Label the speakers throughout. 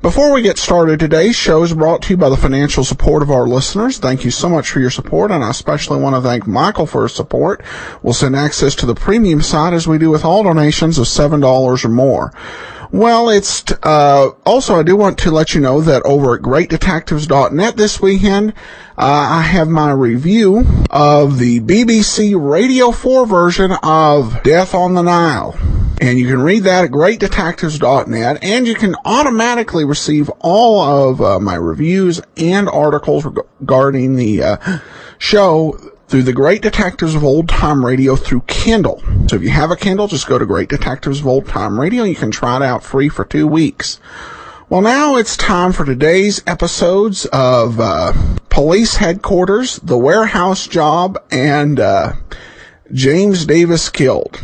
Speaker 1: Before we get started, today's show is brought to you by the financial support of our listeners. Thank you so much for your support, and I especially want to thank Michael for his support. We'll send access to the premium side as we do with all donations of $7 or more. Well, it's, uh, also I do want to let you know that over at greatdetectives.net this weekend, uh, I have my review of the BBC Radio 4 version of Death on the Nile. And you can read that at greatdetectives.net and you can automatically receive all of uh, my reviews and articles regarding the uh, show through the Great Detectives of Old Time Radio through Kindle. So if you have a Kindle, just go to Great Detectives of Old Time Radio and you can try it out free for two weeks. Well, now it's time for today's episodes of uh, Police Headquarters, The Warehouse Job, and uh, James Davis Killed.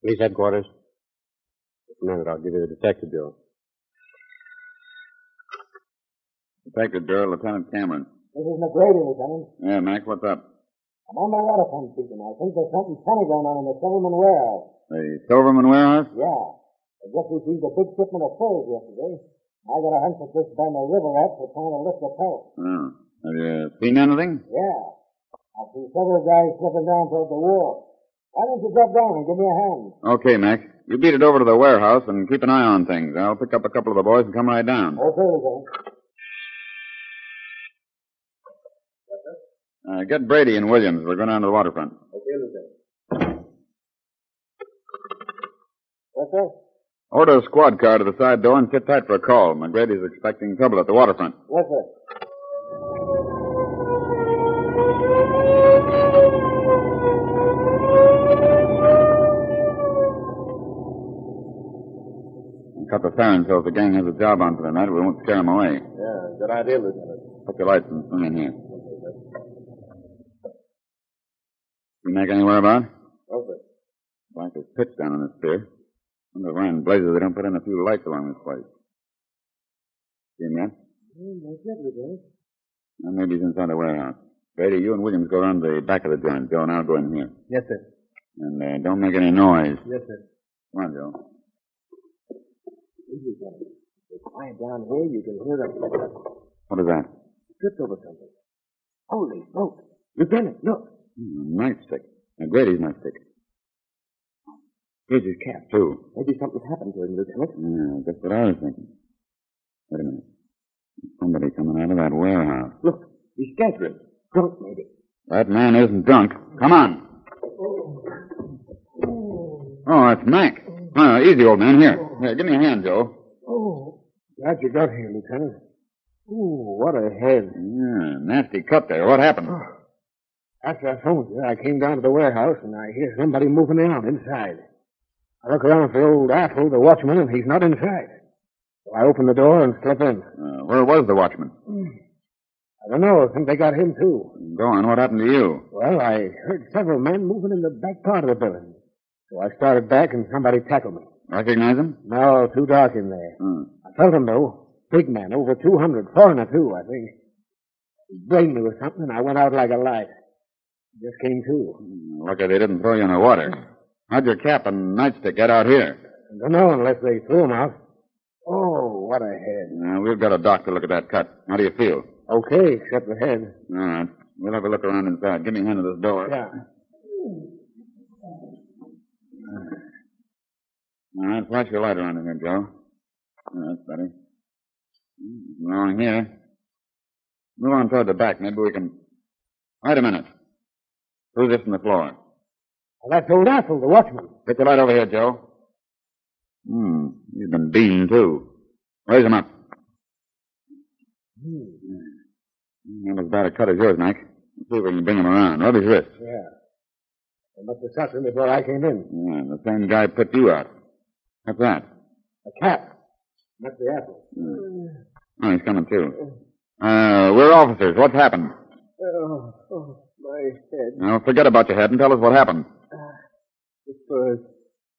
Speaker 2: Police headquarters. Just a minute, I'll give you the detective bureau.
Speaker 3: Detective Bureau, Lieutenant Cameron.
Speaker 4: This is McGrady, Lieutenant.
Speaker 3: Yeah, Mac, what's up?
Speaker 4: I'm on my telephone speaking. I think there's something funny going on in the Silverman warehouse.
Speaker 3: The Silverman warehouse?
Speaker 4: Yeah. I just received a big shipment of furs yesterday. I got a hunch that this band of river rats are trying to lift the pellet.
Speaker 3: Oh. Have you seen anything?
Speaker 4: Yeah. I see several guys slipping down toward the wall. Why don't you drop down and give me a hand?
Speaker 3: Okay, Mac. You beat it over to the warehouse and keep an eye on things. I'll pick up a couple of the boys and come right down.
Speaker 4: Okay, Lieutenant.
Speaker 3: Uh, get Brady and Williams. We're going down to the waterfront.
Speaker 4: Okay, Lieutenant. Yes, sir.
Speaker 3: Order a squad car to the side door and sit tight for a call. McGrady's expecting trouble at the waterfront.
Speaker 4: Yes, sir.
Speaker 3: Cut the siren so if the gang has a job on for the night, we won't scare them away.
Speaker 5: Yeah, good idea, Lieutenant.
Speaker 3: Put your lights and swing in here. You make anywhere about?
Speaker 5: Okay.
Speaker 3: Black as pitch down on this pier. Wonder why in blazes they don't put in a few lights along this place. See him yet?
Speaker 4: That's it, Lieutenant.
Speaker 3: Now maybe he's inside the warehouse. Brady, you and Williams go around the back of the joint. Joe and I'll go in here.
Speaker 5: Yes, sir.
Speaker 3: And uh, don't make any noise.
Speaker 5: Yes, sir.
Speaker 3: Come on, Joe.
Speaker 4: Please, Lieutenant. If you uh, quiet down here, you can hear them.
Speaker 3: What is that?
Speaker 4: Tripped over something. Holy smoke. Lieutenant, look.
Speaker 3: Hmm, nightstick. Now, Grady's nightstick. Here's his cap, too.
Speaker 4: Maybe something's happened to him, Lieutenant.
Speaker 3: Yeah, that's what I was thinking. Wait a minute. There's Somebody coming out of that warehouse.
Speaker 4: Look, he's staggering. Drunk, maybe.
Speaker 3: That man isn't drunk. Come on. Oh, that's Mac. Oh, easy, old man. Here. Here, give me a hand, Joe.
Speaker 4: Oh, glad you got here, Lieutenant. Ooh, what a head.
Speaker 3: Yeah, nasty cut there. What happened?
Speaker 4: After I phoned you, I came down to the warehouse and I hear somebody moving around inside. I look around for old Apple, the watchman, and he's not inside. So I open the door and slip in.
Speaker 3: Uh, where was the watchman?
Speaker 4: I don't know, I think they got him too.
Speaker 3: Go on. What happened to you?
Speaker 4: Well, I heard several men moving in the back part of the building. So I started back and somebody tackled me.
Speaker 3: Recognize him?
Speaker 4: No, too dark in there.
Speaker 3: Hmm.
Speaker 4: I I felt him, though. Big man, over 200. Foreigner, too, I think. He blamed me with something, and I went out like a light. Just came to.
Speaker 3: Lucky they didn't throw you in the water. How'd your cap and nightstick get out here?
Speaker 4: I don't know unless they threw him out. Oh, what a head.
Speaker 3: Uh, we've got a doctor look at that cut. How do you feel?
Speaker 4: Okay, except the head.
Speaker 3: All right. We'll have a look around inside. Give me a hand to this door.
Speaker 4: Yeah.
Speaker 3: All right, flash your light around in here, Joe. Yeah, that's better. Hmm, Nothing wrong here. Move on toward the back. Maybe we can. Wait a minute. Who's this on the floor?
Speaker 4: Well, that's old Apple, the watchman.
Speaker 3: Put your light over here, Joe. Hmm, he's been beaten too. Raise him up. Hmm. Not as bad a cut as yours, Mike. Let's see if we can bring him around. Rub his wrist.
Speaker 4: Yeah. They must have shot him before I came in.
Speaker 3: Yeah, the same guy put you out. What's that?
Speaker 4: A cap. That's the apple.
Speaker 6: Hmm.
Speaker 3: Oh, he's coming too. Uh, we're officers. What's happened?
Speaker 6: Oh, oh, my head.
Speaker 3: Now, forget about your head and tell us what happened.
Speaker 6: The furs.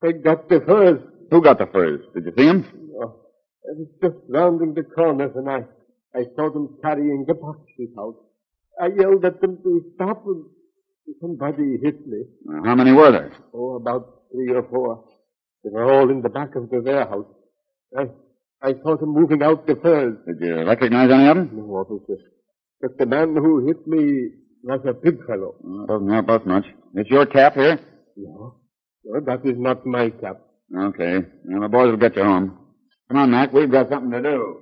Speaker 6: They got the furs.
Speaker 3: Who got the furs? Did you see him?
Speaker 6: Oh, I was just rounding the corners and I, I saw them carrying the boxes out. I yelled at them to stop and somebody hit me.
Speaker 3: Uh, how many were there?
Speaker 6: Oh, about three or four. They were all in the back of the warehouse. I, I saw them moving out the furs.
Speaker 3: Did you recognize any of them?
Speaker 6: No, officer. But the man who hit me was a big fellow.
Speaker 3: Well, it doesn't help us much. It's your cap here?
Speaker 6: No. No, that is not my cap.
Speaker 3: Okay. Now, the boys will get you home. Come on, Mac. We've got something to do.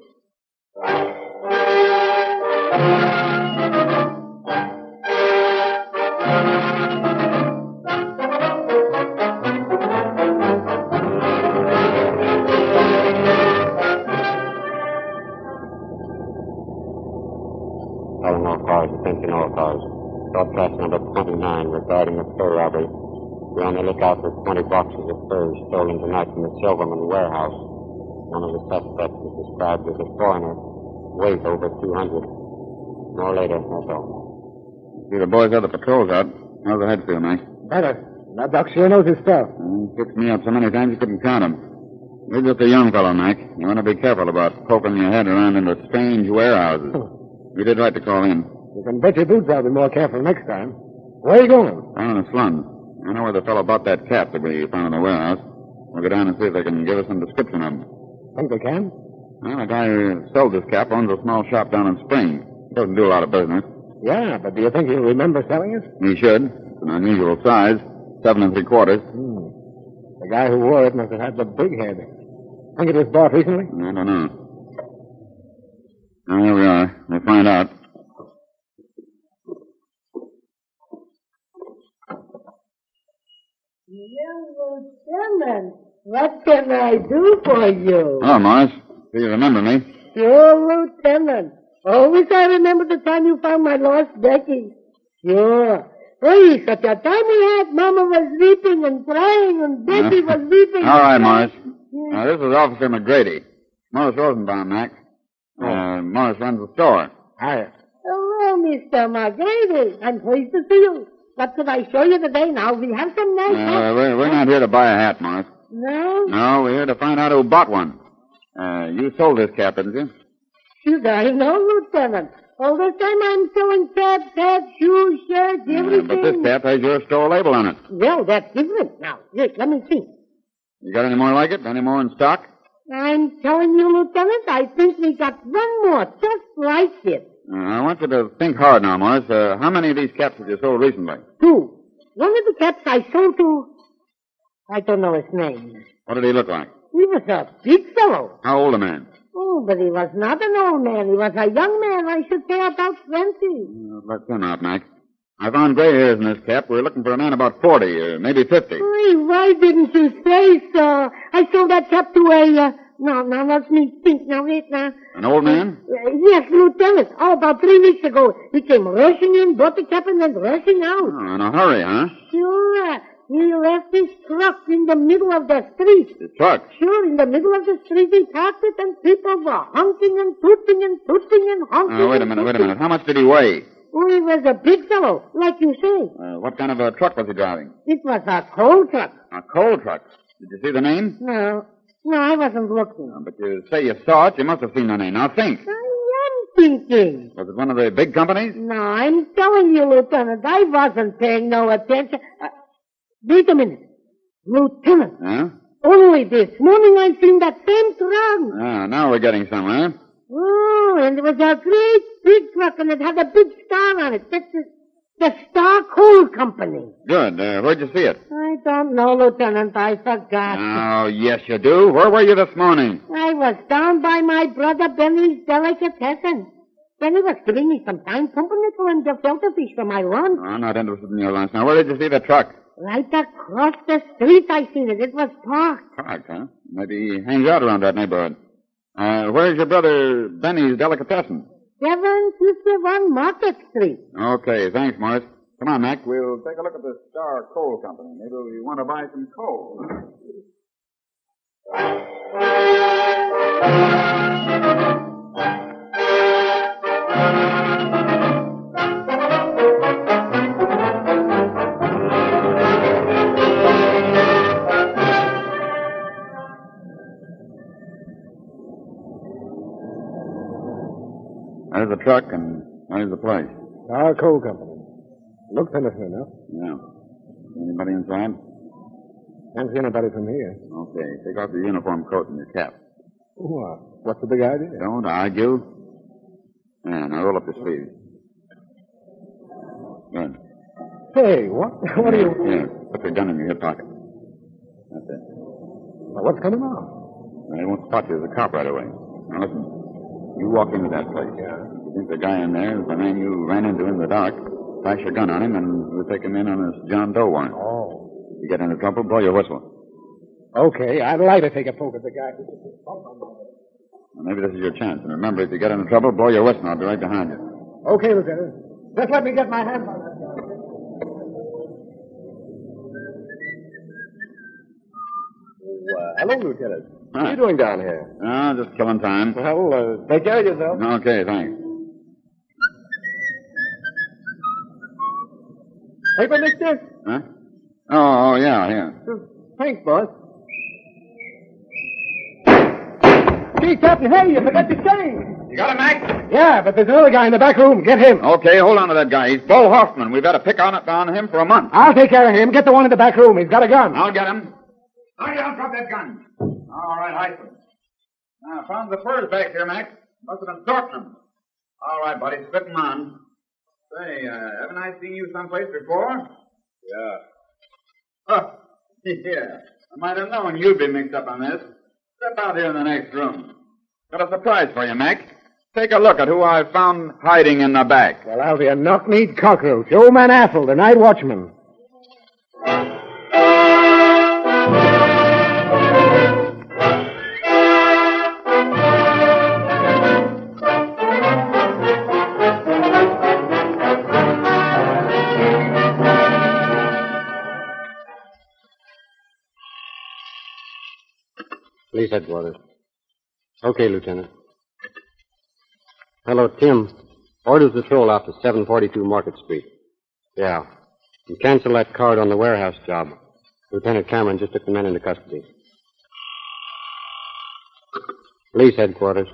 Speaker 2: Calling all cars, attention all cars. Broadcast number 29 regarding a fur robbery. Be on the lookout for 20 boxes of furs stolen tonight from the Silverman warehouse. One of the suspects is described as a foreigner, weight over 200. No later, that's all.
Speaker 3: See, the boys have the patrols out. How's the head feel, Mac?
Speaker 4: Better. That doc sure knows his stuff.
Speaker 3: Mm, picked me up so many times you couldn't count 'em. You're just a young fellow, Mac. You want to be careful about poking your head around into strange warehouses. You did right to call in.
Speaker 4: You can bet your boots I'll be more careful next time. Where are you going?
Speaker 3: Down in the slum. I know where the fellow bought that cap that we found in the warehouse. We'll go down and see if they can give us some description of him.
Speaker 4: Think they can?
Speaker 3: Well, the guy who sold this cap owns a small shop down in Spring. Doesn't do a lot of business.
Speaker 4: Yeah, but do you think he'll remember selling us?
Speaker 3: He should. It's an unusual size. Seven and three quarters.
Speaker 4: The guy who wore it must have had the big head. Think it was bought recently?
Speaker 3: I don't know. Well, here we are. We'll find out.
Speaker 7: Lieutenant, what can I do for you?
Speaker 3: Hello, Morris. Do you remember me?
Speaker 7: Sure, Lieutenant. Always I remember the time you found my lost Becky. Sure. Please, at the time we had, Mama was weeping and crying and Becky was
Speaker 3: All
Speaker 7: weeping.
Speaker 3: right,
Speaker 7: and
Speaker 3: Morris.
Speaker 7: crying.
Speaker 3: Now, this is Officer McGrady. Morris Rosenbaum, Mac. Uh, Morris runs the store.
Speaker 4: Hiya.
Speaker 7: Oh, well, Mr. McGrady, I'm pleased to see you. What can I show you today now? We have some nice
Speaker 3: Uh, we're, we're not here to buy a hat, Morris.
Speaker 7: No?
Speaker 3: No, we're here to find out who bought one. Uh, you sold this cap, didn't you?
Speaker 7: Should I know, Lieutenant? All this time I'm selling caps, hats, shoes, shirts,
Speaker 3: Uh,
Speaker 7: everything.
Speaker 3: but this cap has your store label on it.
Speaker 7: Well, that's different now. Look, let me see.
Speaker 3: You got any more like it? Any more in stock?
Speaker 7: I'm telling you, Lieutenant, I think we got one more just like it.
Speaker 3: Uh, I want you to think hard now, Morris. Uh, how many of these caps have you sold recently?
Speaker 7: Two. One of the caps I sold to, I don't know his name.
Speaker 3: What did he look like?
Speaker 7: He was a big fellow.
Speaker 3: How old a man?
Speaker 7: Oh, but he was not an old man. He was a young man, I should say about 20.
Speaker 3: Uh, Let's him out, Mac. I found gray hairs in this cap. We're looking for a man about 40 or maybe 50.
Speaker 7: Why, why didn't you say so? I sold that cap to a, uh, no, now let me think. Now, wait, now.
Speaker 3: An old man?
Speaker 7: Uh, yes, Lieutenant. Oh, about three weeks ago, he came rushing in, bought the cap, and then rushing out.
Speaker 3: Oh, in a hurry, huh?
Speaker 7: Sure. He left his truck in the middle of the street.
Speaker 3: The truck.
Speaker 7: Sure, in the middle of the street he parked it and people were honking and tooting and tooting and honking.
Speaker 3: Uh, wait a
Speaker 7: and
Speaker 3: minute, wait a
Speaker 7: tooting.
Speaker 3: minute. How much did he weigh?
Speaker 7: Oh, he was a big fellow, like you say.
Speaker 3: Uh, what kind of a truck was he driving?
Speaker 7: It was a coal truck.
Speaker 3: A coal truck. Did you see the name?
Speaker 7: No, No, I wasn't looking.
Speaker 3: But you say you saw it. You must have seen any. Now think.
Speaker 7: I am thinking.
Speaker 3: Was it one of the big companies?
Speaker 7: No, I'm telling you, Lieutenant, I wasn't paying no attention. Uh, wait a minute. Lieutenant,
Speaker 3: Huh?
Speaker 7: only this morning I seen that same truck.
Speaker 3: Ah, now we're getting somewhere.
Speaker 7: Oh, and it was a great big truck and it had a big star on it. That's the, the Star Coal Company.
Speaker 3: Good. Uh, where'd you see it?
Speaker 7: I don't know, Lieutenant. I forgot.
Speaker 3: Oh, yes, you do. Where were you this morning?
Speaker 7: I was down by my brother Benny's delicatessen. Benny was giving me some fine company for him to filter fish for my lunch.
Speaker 3: I'm not interested in your lunch. Now, where did you see the truck?
Speaker 7: Right across the street I seen it. It was parked.
Speaker 3: Parked, huh? Maybe he hangs out around that neighborhood. Uh, where's your brother Benny's delicatessen?
Speaker 7: 751 Market Street.
Speaker 3: Okay, thanks, Morris. Come on, Mac. We'll take a look at the Star Coal Company. Maybe we want to buy some coal. There's the truck and there's the place.
Speaker 4: Our coal company. Looks innocent enough.
Speaker 3: Yeah. Anybody inside?
Speaker 4: Can't see anybody from here.
Speaker 3: Okay, take off your uniform coat and your cap.
Speaker 4: What? uh, What's the big idea?
Speaker 3: Don't argue. Yeah, now roll up your sleeves. Good.
Speaker 4: Hey, what? What are you?
Speaker 3: Yeah, put your gun in your hip pocket. That's it.
Speaker 4: Now, What's coming on?
Speaker 3: They won't spot you as a cop right away. Now listen, you walk into that place. Yeah. You think the guy in there is the man you ran into in the dark. Flash your gun on him, and we'll take him in on this John Doe warrant.
Speaker 4: Oh.
Speaker 3: If you get into trouble, blow your whistle.
Speaker 4: Okay, I'd like to take a poke at the guy.
Speaker 3: Now, maybe this is your chance. And remember, if you get into trouble, blow your whistle. I'll be right behind you.
Speaker 4: Okay, Lieutenant. Just let me get my hands on that guy. Well, uh, hello, Lieutenant. What are you doing down here?
Speaker 3: Ah, just killing time.
Speaker 4: Well, uh, take care of yourself.
Speaker 3: Okay, thanks.
Speaker 4: Paper, mister?
Speaker 3: Huh? Oh, oh, yeah, yeah.
Speaker 4: Thanks, boss. Gee, Captain, hey, you forgot your chain.
Speaker 3: You got him, Mac?
Speaker 4: Yeah, but there's another guy in the back room. Get him.
Speaker 3: Okay, hold on to that guy. He's Bo Hoffman. We've got to pick on, on him for a month.
Speaker 4: I'll take care of him. Get the one in the back room. He's got a gun.
Speaker 3: I'll get him. Now you don't drop that gun. All right, I Now, found the furs back here, Mac. Must have been sorting them. All right, buddy, spit 'em on. Say, uh, haven't I seen you someplace before? Yeah. Huh. yeah. I might have known you'd be mixed up on this. Step out here in the next room. Got a surprise for you, Mac. Take a look at who I found hiding in the back.
Speaker 4: Well, I'll be a knock-kneed cockroach. Old man Athel, the night watchman.
Speaker 6: Police headquarters. Okay, Lieutenant. Hello, Tim. Orders patrol out to 742 Market Street. Yeah. And cancel that card on the warehouse job. Lieutenant Cameron just took the men into custody. Police headquarters.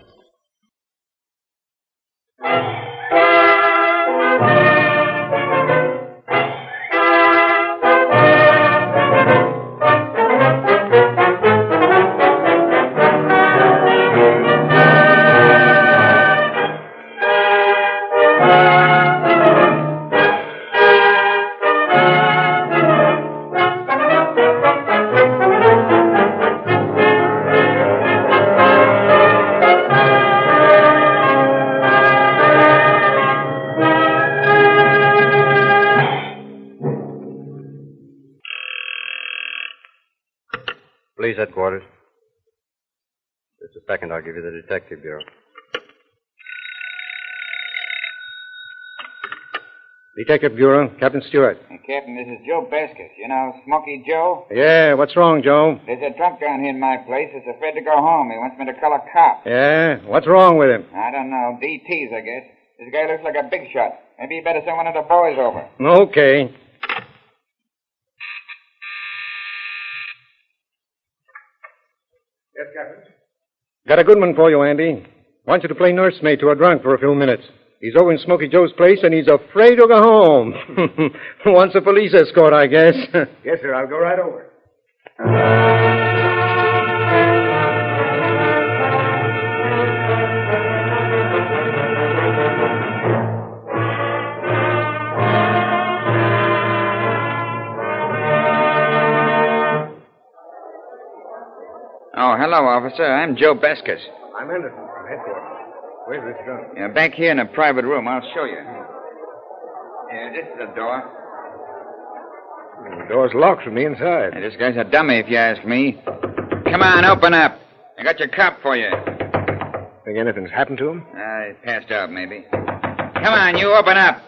Speaker 6: Police headquarters. Just a second, I'll give you the detective bureau. Detective Bureau, Captain Stewart.
Speaker 8: Captain, this is Joe Beskis. You know Smoky Joe?
Speaker 6: Yeah, what's wrong, Joe?
Speaker 8: There's a drunk down here in my place that's afraid to go home. He wants me to call a cop.
Speaker 6: Yeah, what's wrong with him?
Speaker 8: I don't know. DTs, I guess. This guy looks like a big shot. Maybe you better send one of the boys over.
Speaker 6: Okay.
Speaker 9: Yes, Captain.
Speaker 10: Got a good one for you, Andy. Want you to play nursemaid to a drunk for a few minutes. He's over in Smoky Joe's place, and he's afraid to go home. Wants a police escort, I guess.
Speaker 9: Yes, sir. I'll go right over.
Speaker 3: Oh, hello, officer. I'm Joe Beskis.
Speaker 9: I'm Anderson from headquarters. Where's this drunk?
Speaker 3: Yeah, back here in a private room. I'll show you. Yeah, this is the door.
Speaker 9: The door's locked from the inside.
Speaker 3: Yeah, this guy's a dummy, if you ask me. Come on, open up. I got your cop for you.
Speaker 9: Think anything's happened to him?
Speaker 3: Uh, he passed out, maybe. Come on, you open up.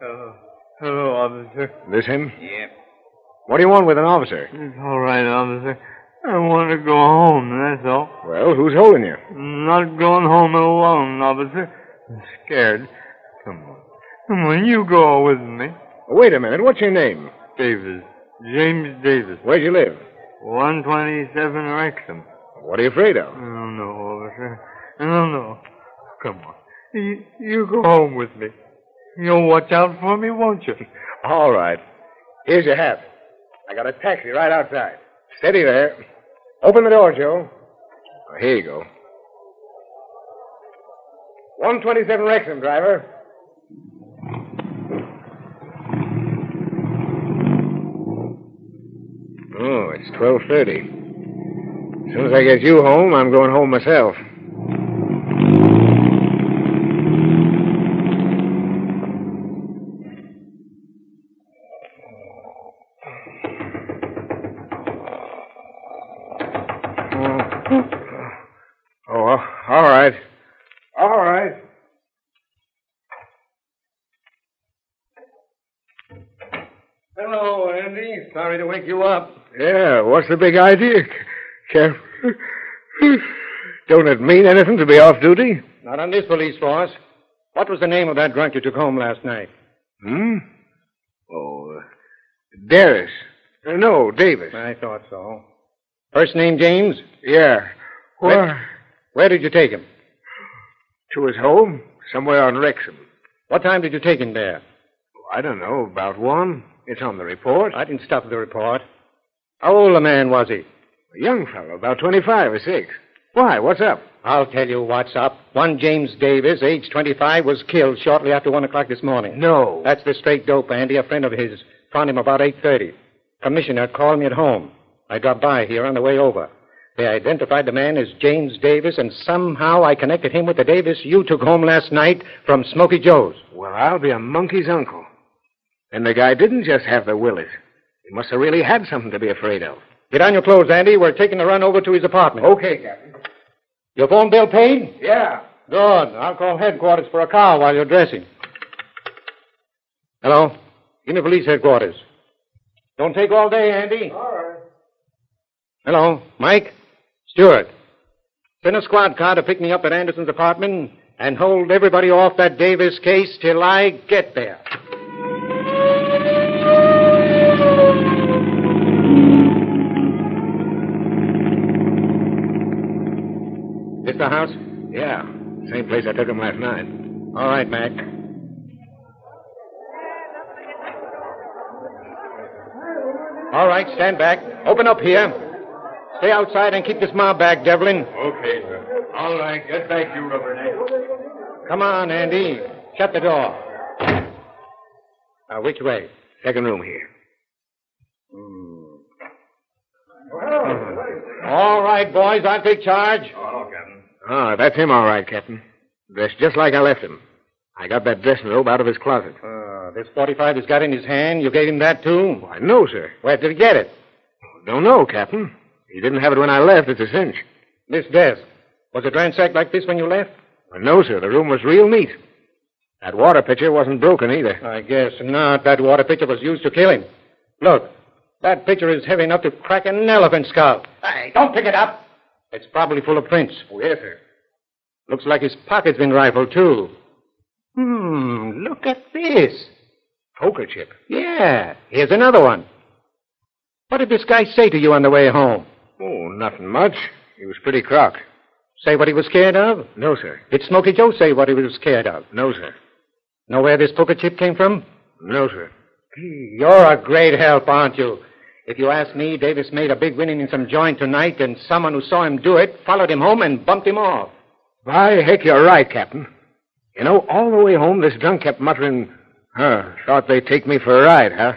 Speaker 4: Hello. Hello, officer.
Speaker 9: This him?
Speaker 3: Yep.
Speaker 9: What do you want with an officer?
Speaker 4: It's all right, officer. I want to go home, that's all.
Speaker 9: Well, who's holding you?
Speaker 4: I'm not going home alone, officer. I'm scared. Come on. Come on, you go with me.
Speaker 9: Wait a minute. What's your name?
Speaker 4: Davis. James Davis.
Speaker 9: Where do you live?
Speaker 4: 127 Wrexham.
Speaker 9: What are you afraid of?
Speaker 4: I don't know, officer. I don't know. Come on. You, you go home with me. You'll watch out for me, won't you?
Speaker 9: All right. Here's your hat. I got a taxi right outside. Steady there. Open the door, Joe. Oh, here you go. 127 Wrexham, driver. Oh, it's 12.30. As soon as I get you home, I'm going home myself. Oh, well, all right. All right.
Speaker 10: Hello, Andy. Sorry to wake you up.
Speaker 9: Yeah, what's the big idea, Cap? Don't it mean anything to be off duty?
Speaker 10: Not on this police force. What was the name of that drunk you took home last night?
Speaker 9: Hmm? Oh, uh, Darris. Uh, no, Davis.
Speaker 10: I thought so. First name James?
Speaker 9: Yeah.
Speaker 10: Where-
Speaker 9: Where?
Speaker 10: Where did you take him?
Speaker 9: To his home, somewhere on Wrexham.
Speaker 10: What time did you take him there?
Speaker 9: I don't know, about one. It's on the report.
Speaker 10: I didn't stop the report. How old a man was he?
Speaker 9: A young fellow, about 25 or 6. Why, what's up?
Speaker 10: I'll tell you what's up. One James Davis, age 25, was killed shortly after 1 o'clock this morning.
Speaker 9: No.
Speaker 10: That's the straight dope, Andy. A friend of his found him about 8.30. Commissioner called me at home. I dropped by here on the way over. They identified the man as James Davis, and somehow I connected him with the Davis you took home last night from Smoky Joe's.
Speaker 9: Well, I'll be a monkey's uncle. And the guy didn't just have the willies. He must have really had something to be afraid of.
Speaker 10: Get on your clothes, Andy. We're taking a run over to his apartment.
Speaker 9: Okay, Captain.
Speaker 10: Your phone bill paid?
Speaker 9: Yeah.
Speaker 10: Good. I'll call headquarters for a car while you're dressing. Hello? Give me police headquarters. Don't take all day, Andy.
Speaker 9: All right.
Speaker 10: Hello? Mike? Stewart. Send a squad car to pick me up at Anderson's apartment and hold everybody off that Davis case till I get there. This the house?
Speaker 9: Yeah. Same place I took him last night.
Speaker 10: All right, Mac. All right, stand back. Open up here. Stay outside and keep this mob back, Devlin.
Speaker 11: Okay, sir. All right, get back, you rubberneck.
Speaker 10: Come on, Andy. Shut the door. Now, which way?
Speaker 9: Second room here. Hmm.
Speaker 10: All right, boys, I'll take charge.
Speaker 9: Ah, that's him, all right, Captain. Dressed just like I left him. I got that dressing robe out of his closet.
Speaker 10: Uh, this 45 he's got in his hand, you gave him that too?
Speaker 9: Why, no, sir.
Speaker 10: Where did he get it?
Speaker 9: Don't know, Captain. He didn't have it when I left. It's a cinch.
Speaker 10: This desk. Was it ransacked like this when you left?
Speaker 9: Why, no, sir. The room was real neat. That water pitcher wasn't broken either.
Speaker 10: I guess not. That water pitcher was used to kill him. Look, that pitcher is heavy enough to crack an elephant's skull. Hey, don't pick it up. It's probably full of prints.
Speaker 9: Oh, yes, sir.
Speaker 10: Looks like his pocket's been rifled, too. Hmm, look at this.
Speaker 9: Poker chip.
Speaker 10: Yeah, here's another one.
Speaker 12: What did this guy say to you on the way home?
Speaker 10: Oh, nothing much. He was pretty crocked.
Speaker 12: Say what he was scared of?
Speaker 10: No, sir.
Speaker 12: Did Smoky Joe say what he was scared of?
Speaker 10: No, sir.
Speaker 12: Know where this poker chip came from?
Speaker 10: No, sir.
Speaker 12: Gee, You're a great help, aren't you? If you ask me, Davis made a big winning in some joint tonight, and someone who saw him do it followed him home and bumped him off.
Speaker 10: By heck, you're right, Captain. You know, all the way home, this drunk kept muttering, huh, thought they'd take me for a ride, huh?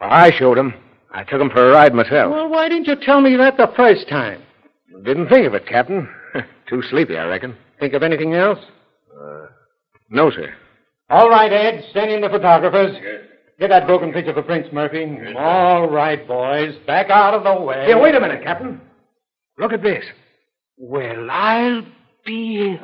Speaker 10: Well, I showed 'em. I took 'em for a ride myself.
Speaker 12: Well, why didn't you tell me that the first time?
Speaker 10: Didn't think of it, Captain. Too sleepy, I reckon.
Speaker 12: Think of anything else?
Speaker 10: Uh, no, sir.
Speaker 12: All right, Ed, send in the photographers. Get that broken picture for Prince Murphy. All right, boys, back out of the way.
Speaker 10: Here, wait a minute, Captain. Look at this. Well, I'll be.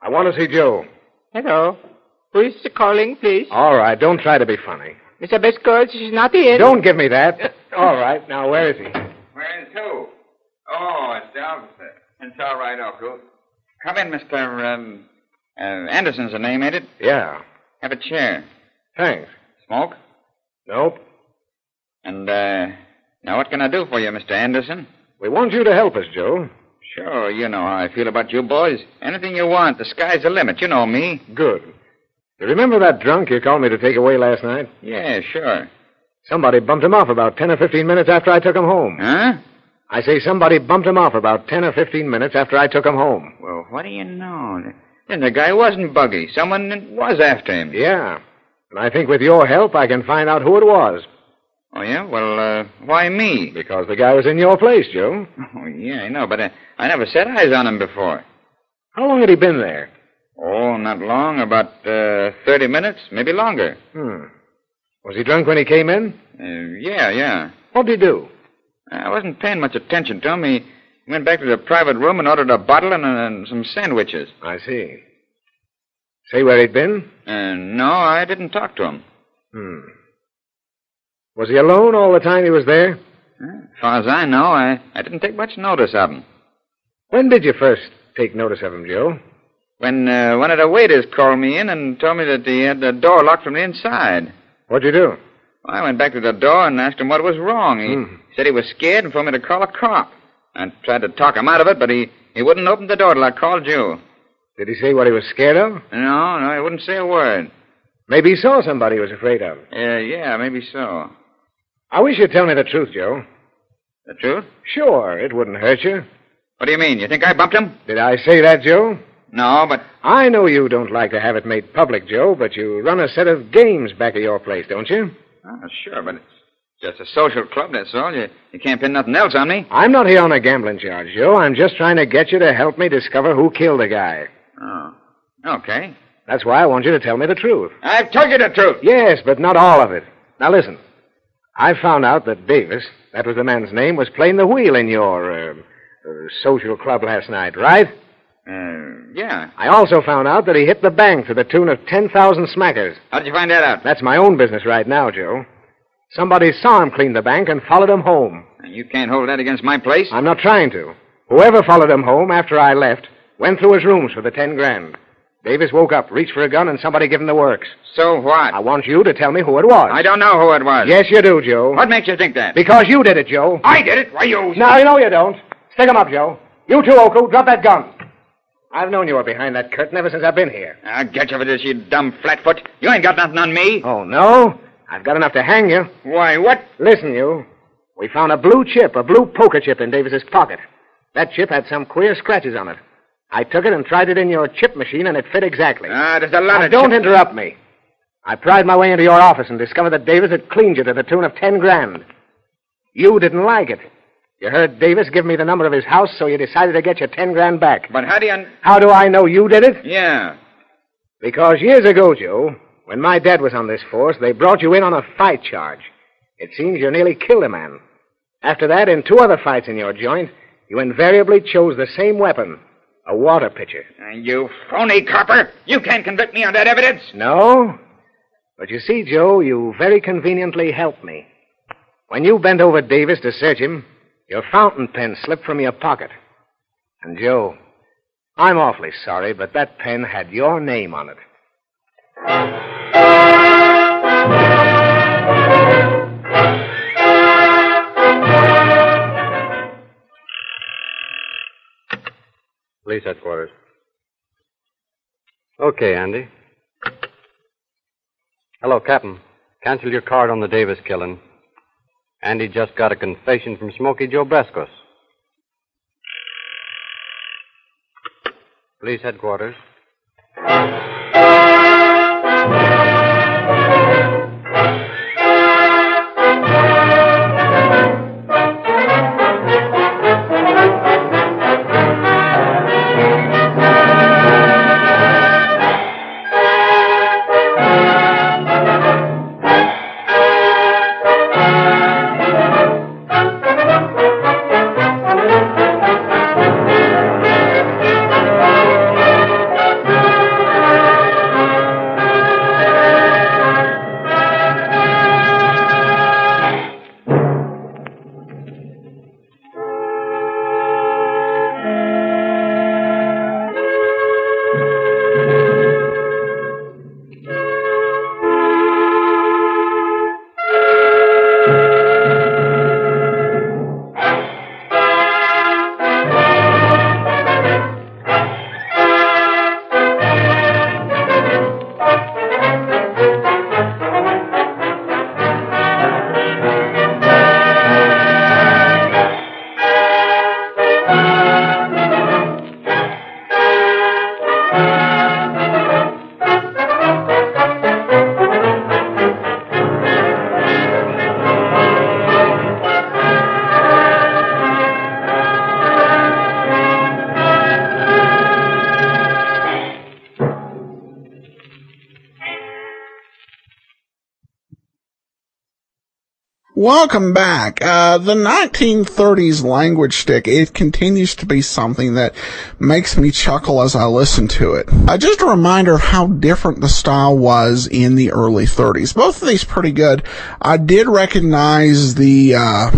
Speaker 10: I want to see Joe.
Speaker 7: Hello. Who is calling, please?
Speaker 10: All right, don't try to be funny.
Speaker 7: Mr. Biscoe, she's not in.
Speaker 10: Don't give me that. All right, now where is he?
Speaker 3: Where is who? Oh, it's the officer. It's all right, Uncle. Come in, Mr. Um, uh, Anderson's the name, ain't it?
Speaker 10: Yeah.
Speaker 3: Have a chair.
Speaker 10: Thanks.
Speaker 3: Smoke?
Speaker 10: Nope.
Speaker 3: And, uh, now what can I do for you, Mr. Anderson?
Speaker 10: We want you to help us, Joe.
Speaker 3: Sure, you know how I feel about you boys. Anything you want, the sky's the limit. You know me.
Speaker 10: Good. You remember that drunk you called me to take away last night?
Speaker 3: Yeah, sure.
Speaker 10: Somebody bumped him off about 10 or 15 minutes after I took him home.
Speaker 3: Huh?
Speaker 10: I say somebody bumped him off about 10 or 15 minutes after I took him home.
Speaker 3: Well, what do you know? Then the guy wasn't buggy. Someone was after him.
Speaker 10: Yeah. And I think with your help, I can find out who it was.
Speaker 3: Oh, yeah? Well, uh, why me?
Speaker 10: Because the guy was in your place, Joe.
Speaker 3: Oh, yeah, I know, but uh, I never set eyes on him before.
Speaker 10: How long had he been there?
Speaker 3: Oh, not long. About uh, 30 minutes, maybe longer.
Speaker 10: Hmm. Was he drunk when he came in?
Speaker 3: Uh, yeah, yeah.
Speaker 10: What did he do?
Speaker 3: I wasn't paying much attention to him. He went back to the private room and ordered a bottle and, uh, and some sandwiches.
Speaker 10: I see. Say where he'd been?
Speaker 3: Uh, no, I didn't talk to him.
Speaker 10: Hmm. Was he alone all the time he was there?
Speaker 3: As far as I know, I, I didn't take much notice of him.
Speaker 10: When did you first take notice of him, Joe?
Speaker 3: When uh, one of the waiters called me in and told me that he had the door locked from the inside.
Speaker 10: What'd you do?
Speaker 3: Well, I went back to the door and asked him what was wrong. He
Speaker 10: Hmm.
Speaker 3: said he was scared and for me to call a cop. I tried to talk him out of it, but he, he wouldn't open the door till I called you.
Speaker 10: Did he say what he was scared of?
Speaker 3: No, no, he wouldn't say a word.
Speaker 10: Maybe he saw somebody he was afraid of.
Speaker 3: Yeah, yeah, maybe so.
Speaker 10: I wish you'd tell me the truth, Joe.
Speaker 3: The truth?
Speaker 10: Sure, it wouldn't hurt you.
Speaker 3: What do you mean? You think I bumped him?
Speaker 10: Did I say that, Joe?
Speaker 3: No, but
Speaker 10: I know you don't like to have it made public, Joe, but you run a set of games back of your place, don't you?
Speaker 3: Oh, sure, but it's just a social club, that's all. You, you can't pin nothing else on me.
Speaker 10: I'm not here on a gambling charge, Joe. I'm just trying to get you to help me discover who killed the guy.
Speaker 3: Oh, okay.
Speaker 10: That's why I want you to tell me the truth.
Speaker 3: I've told you the truth.
Speaker 10: Yes, but not all of it. Now listen. I found out that Davis, that was the man's name, was playing the wheel in your uh, uh, social club last night, right?
Speaker 3: Uh, yeah.
Speaker 10: I also found out that he hit the bank to the tune of 10,000 smackers.
Speaker 3: How'd you find that out?
Speaker 10: That's my own business right now, Joe. Somebody saw him clean the bank and followed him home.
Speaker 3: You can't hold that against my place.
Speaker 10: I'm not trying to. Whoever followed him home after I left went through his rooms for the 10 grand. Davis woke up, reached for a gun, and somebody gave him the works.
Speaker 3: So what?
Speaker 10: I want you to tell me who it was.
Speaker 3: I don't know who it was.
Speaker 10: Yes, you do, Joe.
Speaker 3: What makes you think that?
Speaker 10: Because you did it, Joe.
Speaker 3: I did it. Why, you...
Speaker 10: No, you know you don't. Stick 'em up, Joe. You too, Oku. Drop that gun. I've known you were behind that curtain ever since I've been here.
Speaker 3: I'll Ah, get you for this, you dumb flatfoot. You ain't got nothing on me.
Speaker 10: Oh, no? I've got enough to hang you.
Speaker 3: Why, what?
Speaker 10: Listen, you. We found a blue chip, a blue poker chip in Davis's pocket. That chip had some queer scratches on it. I took it and tried it in your chip machine, and it fit exactly.
Speaker 3: Ah, there's a lot
Speaker 10: Now,
Speaker 3: of...
Speaker 10: don't
Speaker 3: chi-
Speaker 10: interrupt me. I pried my way into your office and discovered that Davis had cleaned you to the tune of ten grand. You didn't like it. You heard Davis give me the number of his house, so you decided to get your ten grand back.
Speaker 3: But how do you... un-
Speaker 10: How do I know you did it?
Speaker 3: Yeah.
Speaker 10: Because years ago, Joe, when my dad was on this force, they brought you in on a fight charge. It seems you nearly killed a man. After that, in two other fights in your joint, you invariably chose the same weapon a
Speaker 3: Ah,
Speaker 10: water pitcher.
Speaker 3: Uh, You phony copper. You can't convict me on that evidence.
Speaker 10: No? But you see, Joe, you very conveniently helped me. When you bent over Davis to search him, your fountain pen slipped from your pocket. And, Joe, I'm awfully sorry, but that pen had your name on it.
Speaker 13: Police headquarters. Okay, Andy. Hello, Captain. Cancel your card on the Davis killing. Andy just got a confession from Smoky Joe Brascos. Police headquarters.
Speaker 1: Welcome back. Uh, the 1930s language stick, it continues to be something that makes me chuckle as I listen to it. Uh, just a reminder of how different the style was in the early 30s. Both of these pretty good. I did recognize the, uh,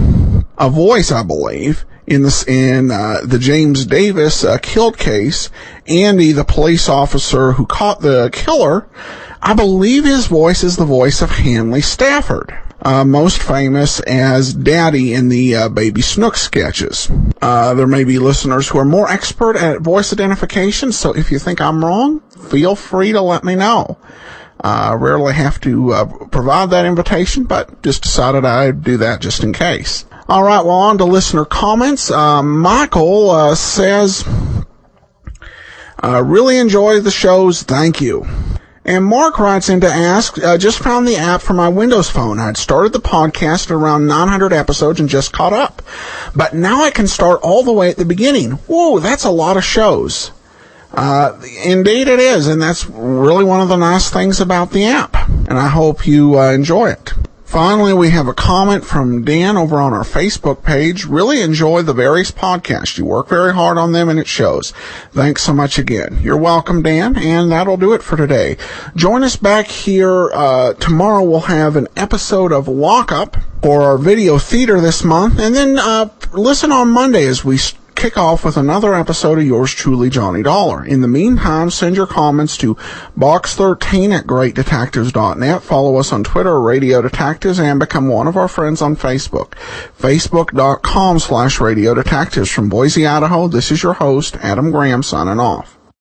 Speaker 1: a voice, I believe, in this, in, uh, the James Davis, uh, killed case. Andy, the police officer who caught the killer, I believe his voice is the voice of Hanley Stafford uh, most famous as Daddy in the uh, Baby Snook sketches. Uh, there may be listeners who are more expert at voice identification, so if you think I'm wrong, feel free to let me know. I uh, rarely have to uh, provide that invitation, but just decided I'd do that just in case. All right, well, on to listener comments. Uh, Michael uh, says, uh, really enjoy the shows. Thank you. And Mark writes in to ask, uh, just found the app for my Windows phone. I'd started the podcast at around 900 episodes and just caught up. But now I can start all the way at the beginning. Whoa, that's a lot of shows. Uh, indeed it is, and that's really one of the nice things about the app. And I hope you uh, enjoy it. Finally, we have a comment from Dan over on our Facebook page. Really enjoy the various podcasts. You work very hard on them and it shows. Thanks so much again. You're welcome, Dan. And that'll do it for today. Join us back here, uh, tomorrow we'll have an episode of Lockup for our video theater this month. And then, uh, listen on Monday as we s- kick off with another episode of yours truly, Johnny Dollar. In the meantime, send your comments to box13 at greatdetectives.net. Follow us on Twitter, Radio Detectives, and become one of our friends on Facebook. Facebook.com slash Radio Detectives from Boise, Idaho. This is your host, Adam Graham, signing off.